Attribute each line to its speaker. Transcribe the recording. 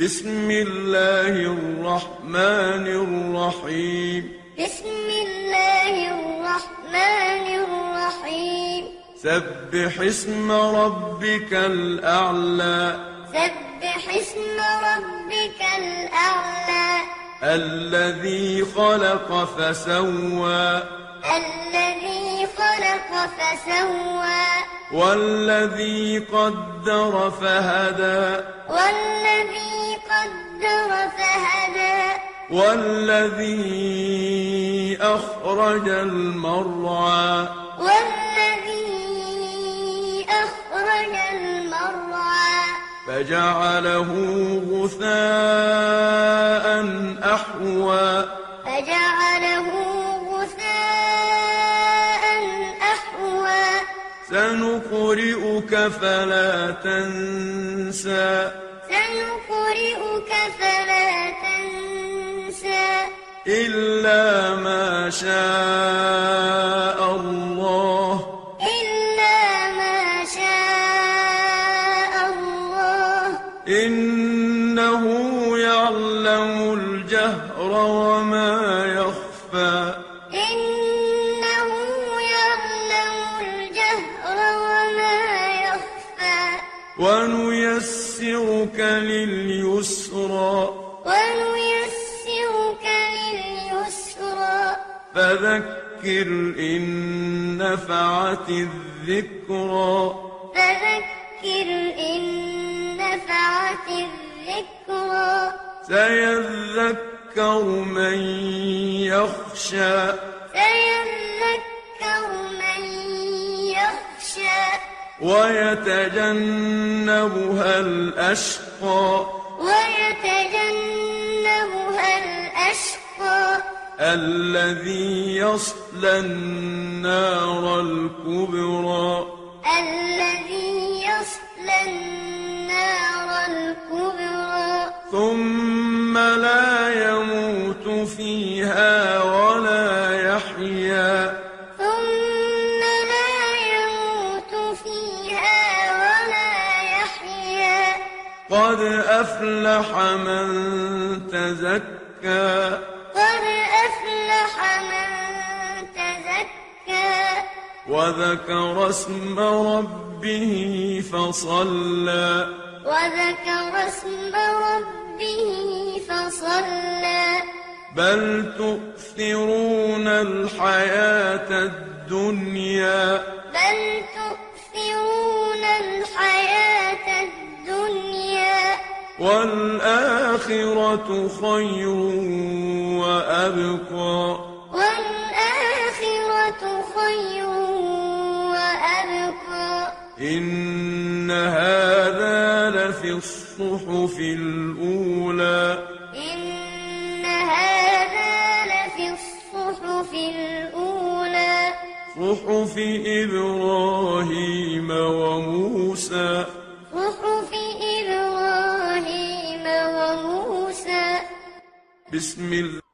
Speaker 1: بسم الله الرحمن الرحيم
Speaker 2: بسم الله الرحمن الرحيم
Speaker 1: سبح اسم ربك الأعلى
Speaker 2: سبح اسم ربك الأعلى
Speaker 1: الذي خلق فسوى
Speaker 2: الذي خلق فسوى
Speaker 1: والذي قدر فهدى
Speaker 2: والذي قدر فهدى والذي
Speaker 1: أخرج المرعى
Speaker 2: والذي أخرج المرعى
Speaker 1: فجعله غثاء أحوى
Speaker 2: فجعله غثاء أحوى
Speaker 1: سنقرئك فلا تنسى
Speaker 2: سنقرئك فلا تنسى
Speaker 1: إلا ما شاء الله
Speaker 2: إلا ما شاء الله
Speaker 1: إنه يعلم الجهر وما يخفى
Speaker 2: إنه يعلم الجهر وما يخفى
Speaker 1: ونيسرك لليسرى
Speaker 2: ونيسرك لليسرى
Speaker 1: فذكر إن نفعت الذكرى
Speaker 2: فذكر إن نفعت الذكرى
Speaker 1: سيذكر من يخشى
Speaker 2: سيذكر من يخشى
Speaker 1: ويتجنبها الأشقى
Speaker 2: ويتجنبها الأشقى
Speaker 1: الذي يصلى النار الكبرى
Speaker 2: الذي يصلى النار الكبرى
Speaker 1: ثم لا يموت فيها ولا يحيا
Speaker 2: ثم لا يموت فيها ولا يحيا
Speaker 1: قد أفلح من تزكى
Speaker 2: قد أفلح من تزكى
Speaker 1: وذكر اسم ربه فصلى
Speaker 2: وذكر اسم ربه فصلى
Speaker 1: بل تؤثرون الحياة الدنيا
Speaker 2: بل تؤثرون الحياة الدنيا
Speaker 1: والآخرة خير وأبقى
Speaker 2: والآخرة خير وأبقى
Speaker 1: إن هذا لفي الصحف الأولى
Speaker 2: إن هذا لفي الصحف الأولى
Speaker 1: صحف إبراهيم وموسى
Speaker 2: صحف إبراهيم وموسى
Speaker 1: بسم الله